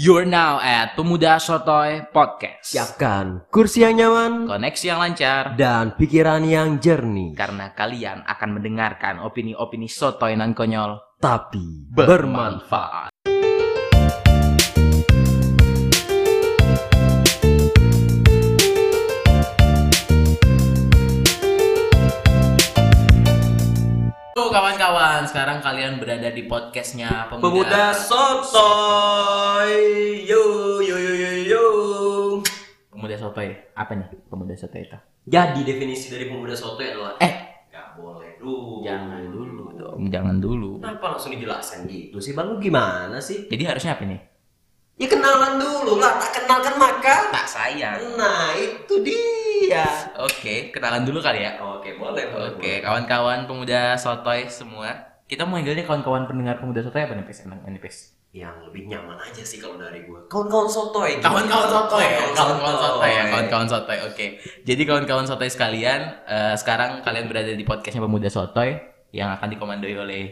You're now at Pemuda Sotoy Podcast. Siapkan kursi yang nyaman Koneksi yang lancar dan pikiran yang jernih, karena kalian akan mendengarkan opini-opini sotoy nan konyol tapi bermanfaat. bermanfaat. Tuh kawan-kawan, sekarang kalian berada di podcastnya Pemuda, Pemuda sotoy, yo yo yo yo yo. Pemuda Sotoy. Apa nih Pemuda Sotoy itu? Jadi definisi dari pemuda sotoy adalah Eh, nggak boleh dulu. jangan dulu dong, jangan dulu. Kenapa langsung dijelasin gitu sih bang? Lu gimana sih? Jadi harusnya apa nih? Ya kenalan dulu lah, tak kenalkan maka. Tak sayang. Nah itu dia. Oke, kenalan dulu kali ya. Oke boleh boleh. Oke, kawan-kawan pemuda sotoy semua. Kita mau manggilnya kawan-kawan pendengar pemuda sotoy apa nih, Pes? Enak ini, Pes? Yang lebih nyaman aja sih kalau dari gue. Kawan-kawan sotoy. gitu. Kawan-kawan sotoy. ya? Kawan-kawan sotoy. ya, kawan-kawan sotoy. Oke. Jadi kawan-kawan sotoy sekalian, eh, sekarang kalian berada di podcastnya pemuda sotoy yang akan dikomandoi oleh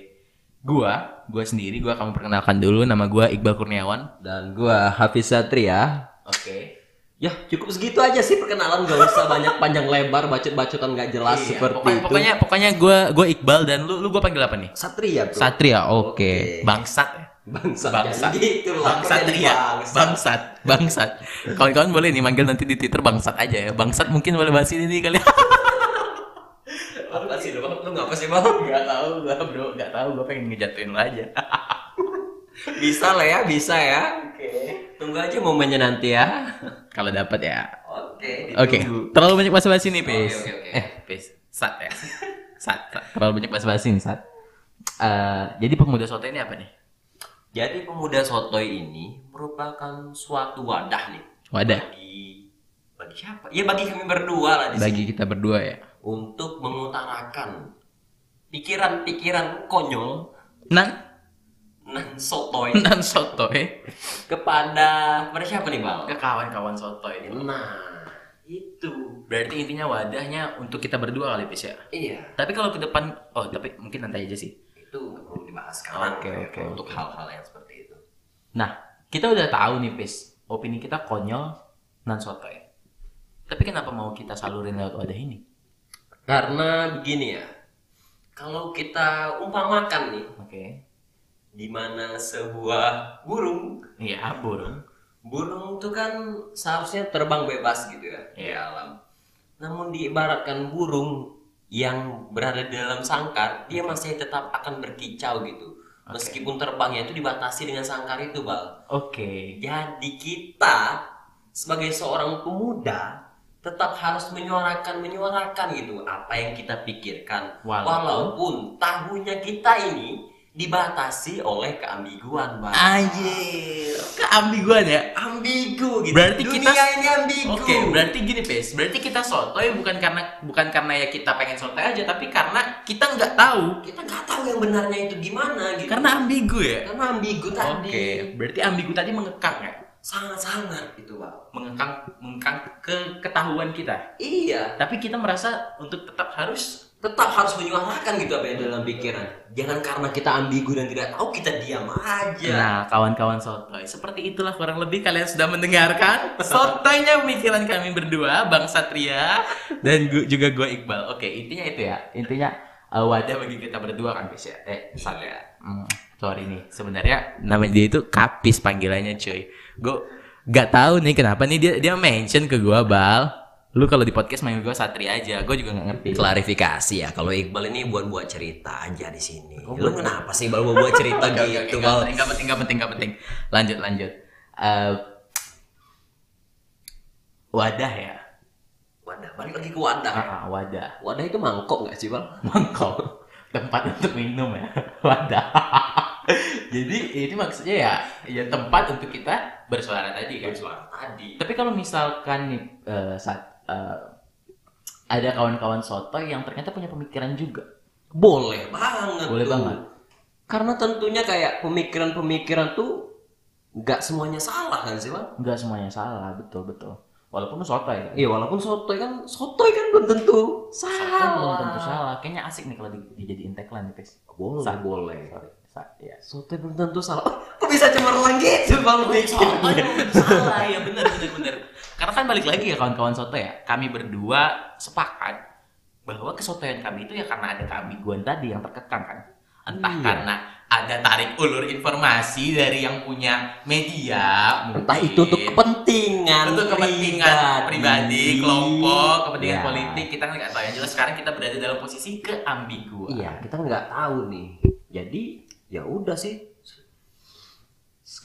gua, gua sendiri. Gua akan memperkenalkan dulu nama gua Iqbal Kurniawan. Dan gua Hafiz Satria. Oke. Ya cukup segitu aja sih perkenalan gak usah banyak panjang lebar bacot-bacotan gak jelas seperti Iya, pokoknya, itu. Pokoknya pokoknya gua gua Iqbal dan lu lu gua panggil apa nih? Satria bro. Satria. Oke. Oke. Bangsat. ya? Bangsa. Bangsa. Jangan gitu lah. Bang Satria, bangsat, bangsat. Kawan-kawan boleh nih manggil nanti di Twitter bangsat aja ya. Bangsat mungkin boleh bahas ini nih kali. Apa sih lu bang? Lu ngapa sih bang? Gak tahu gua bro, gak tahu gua pengen ngejatuhin lo aja. Bisa lah ya, bisa ya. Oke. Tunggu aja momennya nanti ya. Kalau dapat ya. Oke. Oke, terlalu banyak basa-basi nih, Pis. Oke, oke, oke. Eh, Pis. Sat ya. Sat, sat. terlalu banyak basa-basi nih, Sat. Eh, jadi pemuda soto ini apa nih? Jadi pemuda sotoy ini merupakan suatu wadah nih. Wadah. Bagi bagi siapa? Ya bagi kami berdua lah di Bagi kita berdua ya. untuk mengutarakan pikiran-pikiran konyol Nan, nan sotoy nan soto eh. kepada pada siapa nih bang? Ke kawan-kawan soto ini. Nah itu Berarti intinya wadahnya untuk kita berdua kali, Pis ya. iya Tapi kalau ke depan, oh tapi mungkin nanti aja sih. itu nggak perlu dibahas sekarang Iya, Oke, oke, untuk oke. hal-hal yang seperti itu. Nah, kita udah tahu nih, Pis. Opini kita konyol, non sotoy. Tapi kenapa mau kita salurin lewat wadah ini? Karena begini ya, kalau kita umpamakan nih Oke. di mana sebuah burung Iya, burung. burung itu kan seharusnya terbang bebas gitu ya di Iya. alam. Namun diibaratkan burung yang berada di dalam sangkar, dia masih tetap akan berkicau gitu. Meskipun terbangnya itu dibatasi dengan sangkar itu, Bal. Oke. Jadi kita sebagai seorang pemuda tetap harus menyuarakan menyuarakan gitu apa yang kita pikirkan Walau- walaupun tahunya kita ini dibatasi oleh keambiguan Bal. Anjir, keambiguan ya. ambigu gitu. Berarti dunia kita- ini ambigu. Oke, berarti gini, Pis. Berarti kita sotoy bukan karena bukan karena ya kita pengen sotoy aja, tapi karena kita nggak tahu. Kita nggak tahu yang benarnya itu gimana gitu. Karena ambigu ya. Karena ambigu tadi. Oke, berarti ambigu tadi mengekang ya. Sangat-sangat gitu, Pak. Mengekang mengekang ke ketahuan kita. Iya, Tapi kita merasa untuk tetap harus tetap harus menyuarakan gitu apa yang dalam pikiran. Jangan karena kita ambigu dan tidak tahu kita diam aja. Nah, kawan-kawan sotoy, seperti itulah kurang lebih kalian sudah mendengarkan sotoynya pemikiran kami berdua, Bang Satria dan gu- juga gue Iqbal. Oke, intinya itu ya. Intinya uh, wadah bagi kita berdua kan, Bis ya. Eh, salah ya. Hmm, sorry nih. Sebenarnya namanya dia itu Kapis panggilannya, cuy. Gue gak tahu nih kenapa nih dia dia mention ke gua, Bal. Lu kalau di podcast main gue Satria aja. Gue juga gak ngerti. Klarifikasi ya, kalau Iqbal ini buat-buat cerita aja di sini. Oh, Lu buat- kenapa sih Iqbal buat-buat cerita Oke, gitu, nggak Bal? penting, nggak penting, nggak penting, nggak penting. Lanjut, lanjut. Eh, wadah ya. Wadah, balik lagi ke wadah. Ah, wadah. Wadah itu mangkok nggak sih, Bal? Mangkok. Tempat untuk minum ya. Wadah. Jadi itu maksudnya ya, ya tempat untuk kita bersuara tadi kan. Suara Ya, tadi. Tapi kalau misalkan nih eh, saat eh, ada kawan-kawan soto yang ternyata punya pemikiran juga. Boleh banget. Boleh tuh. banget. Karena tentunya kayak pemikiran-pemikiran tuh nggak semuanya salah kan sih bang? Enggak semuanya salah, betul betul. Walaupun lu soto ya. Iya walaupun sotoy kan sotoy kan belum tentu Kan belum salah. tentu salah. Kayaknya asik nih kalau di- dijadiin tagline nih, Pes. Boleh Salah. boleh. Sorry. Sa- ya. Sotoy belum tentu salah. Oh, kok bisa cemerlang gitu bang? Oh, iya, salah ya benar benar benar. Karena kan balik lagi ya kawan-kawan soto ya. Kami berdua sepakat bahwa kesotoyan kami itu ya karena ada keambiguan tadi yang terkekang kan. Entah Iya. karena ada tarik ulur informasi dari yang punya media, mungkin. Entah itu untuk kepentingan, Untuk kepentingan pribadi, kelompok, kepentingan Ya. politik kita kan nggak tahu yang jelas sekarang kita berada dalam posisi keambiguan. Iya, kita nggak tahu nih. Jadi ya udah sih.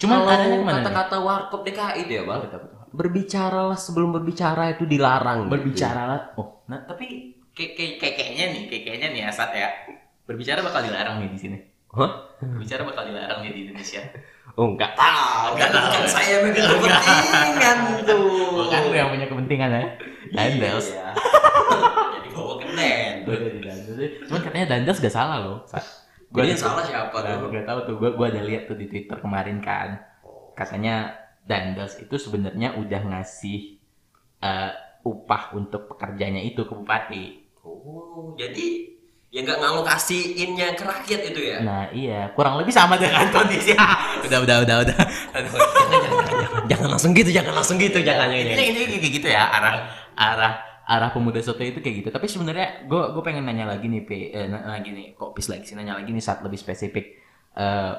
Cuman Kalau adanya kemana nih? kata-kata warkop DKI itu ya bang. Betul, betul. Berbicaralah sebelum berbicara itu dilarang. gitu. berbicaralah oh nah tapi kayak kayak kayak- kayaknya nih kayak- kayaknya nih Asad ya berbicara bakal dilarang nih di sini Hah? berbicara bakal dilarang nih di Indonesia Oh nggak tahu. Nggak tahu. Kan saya bikin kepentingan tuh. bukan lu Oh, kan yang punya kepentingan ya Dandels Iya. Jadi bawa keren. Gua ada di Dandels cuman katanya Dandels gak salah loh gue Jadi yang salah siapa tuh? gak tahu tuh gue gue ada lihat tuh di Twitter kemarin kan katanya Dandels itu sebenarnya udah ngasih eh, upah untuk pekerjanya itu ke bupati Oh, jadi yang nggak ngalokasiinnya ke rakyat itu ya? Nah iya kurang lebih sama dengan kondisi udah udah udah udah jangan, jangan, jangan, jangan langsung gitu, jangan langsung gitu, jangan Intinya jangan. intinya kayak gitu ya arah arah arah pemuda soto itu kayak gitu. Tapi sebenarnya gue gue pengen nanya lagi nih, P, eh, na- lagi nih, kok pis lagi sih nanya lagi nih saat lebih spesifik. Eh,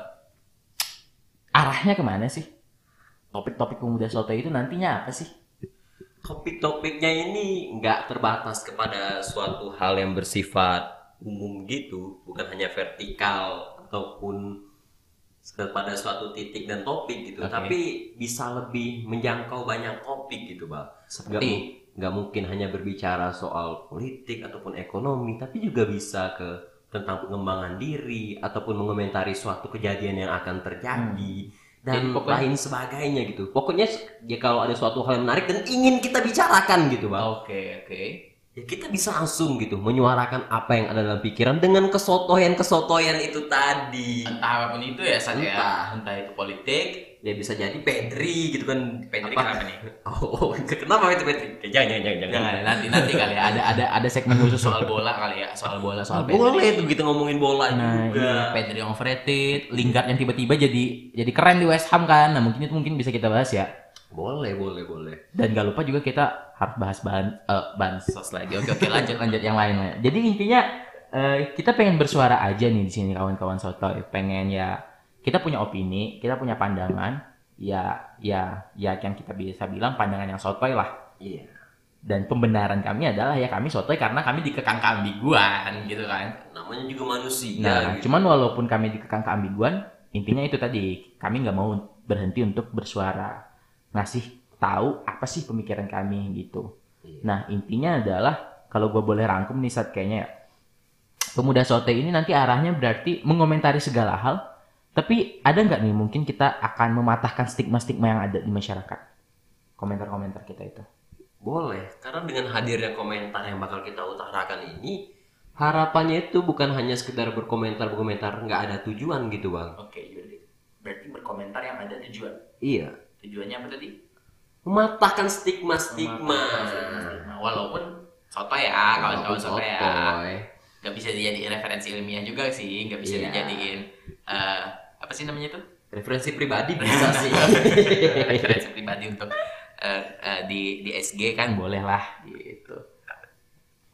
arahnya kemana sih? Topik-topik pemuda soto itu nantinya apa sih? Topik-topiknya ini nggak terbatas kepada suatu hal yang bersifat umum gitu, bukan hanya vertikal ataupun kepada suatu titik dan topik gitu, Oke. tapi bisa lebih menjangkau banyak topik gitu, Pak. Nggak, mu- Seperti nggak mungkin hanya berbicara soal politik ataupun ekonomi, tapi juga bisa ke tentang pengembangan diri ataupun mengomentari suatu kejadian yang akan terjadi dan Hmm. Jadi pokoknya- lain sebagainya gitu. Pokoknya ya kalau ada suatu hal yang menarik dan ingin kita bicarakan gitu, Bang. oke oke. Ya kita bisa langsung gitu menyuarakan apa yang ada dalam pikiran dengan kesotoyan-kesotoyan itu tadi. Entah apapun itu ya saja. Entah. Entah. entah itu politik. Ya bisa jadi Pedri gitu kan. Pedri Apa- kenapa nih? Oh, kenapa itu Pedri? Ya, Jangan, jangan, jangan. jangan. Jangan nanti nanti kali ya. ada ada ada segmen khusus soal bola kali ya soal bola soal Pedri. Boleh tuh kita ngomongin bola Nah, juga. iya, Pedri yang overrated, Lingard yang tiba-tiba jadi jadi keren di West Ham kan. Nah, mungkin itu mungkin bisa kita bahas ya. Boleh, boleh, boleh. Dan gak lupa juga kita harus bahas bahan eh, bansos lagi. Oke, oke, lanjut lanjut yang lain. lah. Jadi intinya eh, kita pengen bersuara aja nih di sini kawan-kawan soto. Pengen ya kita punya opini, kita punya pandangan. Ya, ya, ya yang kita bisa bilang pandangan yang sotoy lah. Iya. Dan pembenaran kami adalah ya kami sotoy karena kami dikekang kambiguan gitu kan. Namanya juga manusia. Nah, gitu. cuman walaupun kami dikekang keambiguan, intinya itu tadi kami nggak mau berhenti untuk bersuara, ngasih tahu apa sih pemikiran kami gitu. Iya. Nah, intinya adalah kalau gue boleh rangkum nih saat kayaknya ya, pemuda sote ini nanti arahnya berarti mengomentari segala hal, tapi ada nggak nih mungkin kita akan mematahkan stigma-stigma yang ada di masyarakat? Komentar-komentar kita itu. Boleh, karena dengan hadirnya komentar yang bakal kita utarakan ini, harapannya itu bukan hanya sekedar berkomentar-berkomentar nggak ada tujuan gitu, Bang. Oke, jadi berarti berkomentar yang ada tujuan. Iya. Tujuannya apa tadi? Mematahkan stigma-stigma. Nah, Walaupun soto ya, kawan-kawan soto ya. Otoy. nggak bisa dijadiin referensi ilmiah juga sih nggak bisa Iya. dijadiin eh, apa sih namanya tuh Referensi pribadi bisa sih. referensi pribadi untuk eh, eh, di di SG kan boleh lah gitu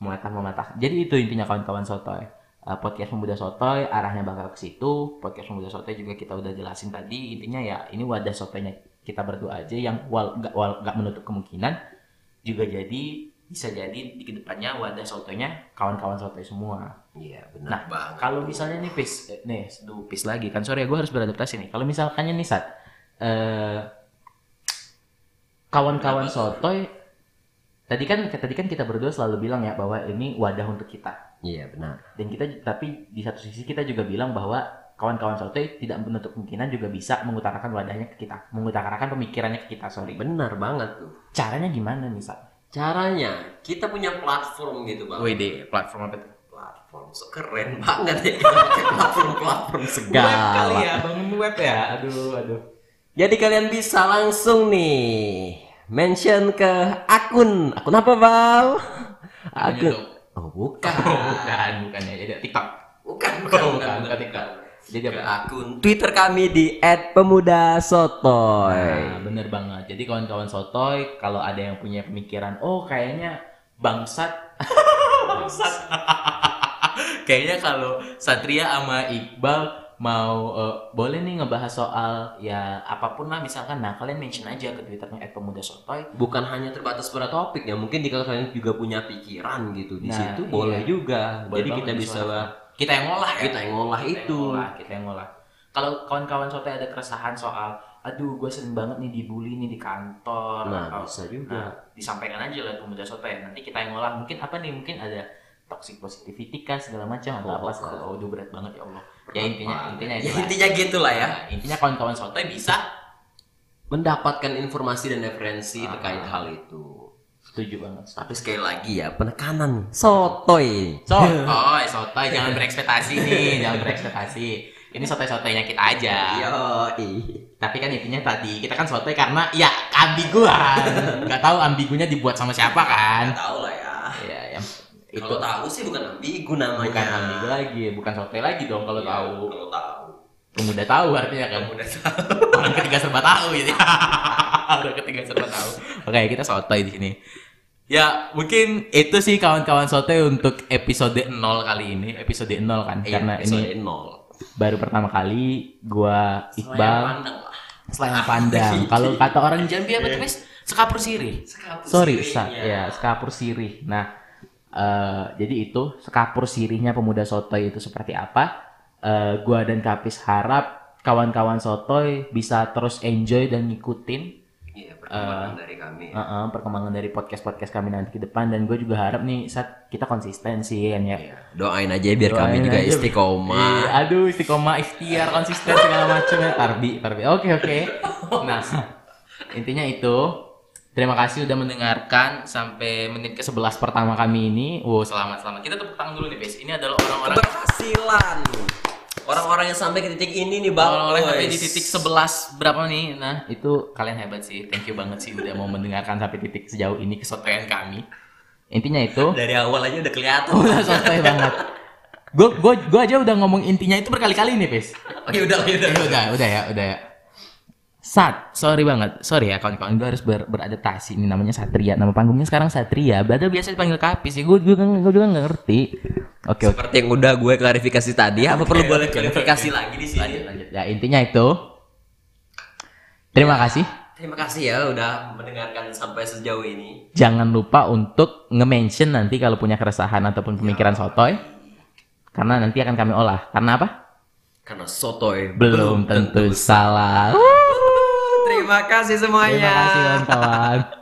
mematah mematah jadi itu intinya kawan-kawan sotoy Eh, podcast pemuda sotoy arahnya bakal ke situ podcast pemuda sotoy juga kita udah jelasin tadi intinya ya ini wadah sotoynya kita berdua aja yang wal gak, wal- gak menutup kemungkinan juga jadi bisa jadi di kedepannya wadah sotoynya kawan-kawan sotoy semua Iya, benar Nah, banget. kalau misalnya nih pis, eh, nih aduh, pis lagi kan sorry ya gue harus beradaptasi nih. Kalau misalkannya nih saat eh, kawan-kawan sotoy tadi kan tadi kan kita berdua selalu bilang ya bahwa ini wadah untuk kita Iya, benar. dan kita tapi di satu sisi kita juga bilang bahwa kawan-kawan sotoy tidak menutup kemungkinan juga bisa mengutarakan wadahnya ke kita, mengutarakan pemikirannya ke kita sorry. Benar banget tuh. Caranya gimana nih saat? Caranya, kita punya platform gitu, Bang. WD platform apa tuh? Platform so keren banget ya kita pakai platform-platform Web kali segala. ya, bangun web ya. Aduh, aduh. Jadi kalian bisa langsung nih mention ke akun. Akun apa, Bal? Akun. YouTube. Oh, bukan. bukan, bukan ya. Jadi TikTok. Bukan, kan? Iya, bukan, bukan, bukan. Jadi ke apa? akun Twitter kami di @pemudasotoy. Nah, bener banget. Jadi kawan-kawan sotoy, kalau ada yang punya pemikiran, oh kayaknya bangsat. bangsat. kayaknya kalau Satria sama Iqbal mau eh, boleh nih ngebahas soal ya apapun lah misalkan nah kalian mention aja ke twitternya @pemudasotoy Bukan hanya terbatas pada topik ya, mungkin jika kalian juga punya pikiran gitu di Nah, situ iya. boleh juga. Boleh Jadi banget kita bisa disuarakan. kita yang ngolah ya kita yang ngolah Kita yang itu. ngolah, kita yang ngolah kalau kawan-kawan sotoy ada keresahan soal aduh gue sering banget nih dibully nih di kantor Nah, atau Nah, bisa juga. disampaikan aja lah pemuda sotoy. Nanti kita yang ngolah mungkin apa nih? Mungkin ada toxic positivity kah segala macam atau Oh, apa sih? oh. Oh, udah berat banget ya Allah. Ya intinya intinya Ya, itu. lah. intinya gitulah ya. Nah, intinya kawan-kawan sotoy bisa Mendapatkan informasi dan referensi Ah. terkait hal itu. setuju banget. Tapi sekali lagi ya, penekanan nih. Sotoy. Sotoy, sotoy jangan berekspektasi nih, jangan berekspektasi. Ini sotoy-sotoynya kita aja. Ya, Iya, Yoi. Tapi kan intinya tadi kita kan sotoy karena ya ambiguan. Gak tahu ambigunya dibuat sama siapa kan? Tahu lah ya. Iya, yang itu Kalau tahu sih bukan ambigu namanya. bukan ambigu lagi, bukan sotoy lagi dong kalau Iya, tahu. Kalau tahu. pemuda tahu artinya kan Kamu udah tahu. orang ketiga serba tahu gitu orang ketiga serba tahu oke kita sotoy di sini ya mungkin itu sih kawan-kawan sotoy untuk episode 0 kali ini episode 0 kan Iya, karena ini nol. baru pertama kali gua Iqbal pandang lah. selain pandang kalau kata orang Jambi apa Iya. tuh Mas? sekapur sirih Sekapur sorry sirihnya. sa ya sekapur sirih nah eh, jadi itu sekapur sirihnya pemuda sotoy itu seperti apa Eh, gua dan Kapis harap kawan-kawan sotoy bisa terus enjoy dan ngikutin Iya, perkembangan dari kami. eh, eh, perkembangan dari podcast podcast kami nanti ke depan dan gue juga harap nih saat kita konsisten sih Yan, ya Iya. Doain aja biar kami Doain juga aja. Iya, istiqomah. aduh istiqomah ikhtiar konsisten segala macam ya tarbi tarbi oke oke nah intinya itu terima kasih udah mendengarkan sampai menit ke 11 pertama kami ini wow selamat selamat kita tepuk tangan dulu nih guys ini adalah orang-orang Keberhasilan. Orang-orang yang sampai ke titik ini nih, Bang. orang-orang sampai Boys. di titik 11 berapa nih nah itu kalian hebat sih thank you banget sih udah mau mendengarkan sampai titik sejauh ini kesotoyan kami intinya itu dari awal aja udah kelihatan. udah sotoy banget gue gue gue aja udah ngomong intinya itu berkali-kali nih Pes Oh, ya udah, ya udah. Eh, udah, udah ya, udah ya. Sat, sorry banget. Sorry ya kawan-kawan, gue harus ber- beradaptasi. Ini namanya Satria. Nama panggungnya sekarang Satria. Padahal biasa dipanggil Kapis sih. Gue juga, gue juga nggak ngerti. Oke, oke. Seperti yang udah gue klarifikasi tadi, apa Iya, perlu oke, boleh oke. klarifikasi lagi di sini? Lanjut, lanjut. Ya, intinya itu. Terima kasih. Terima kasih ya udah mendengarkan sampai sejauh ini. Jangan lupa untuk nge-mention nanti kalau punya keresahan ataupun pemikiran sotoy. Karena nanti akan kami olah. Karena apa? Karena sotoy Belum tentu salah. Terima kasih semuanya. Terima kasih kawan-kawan.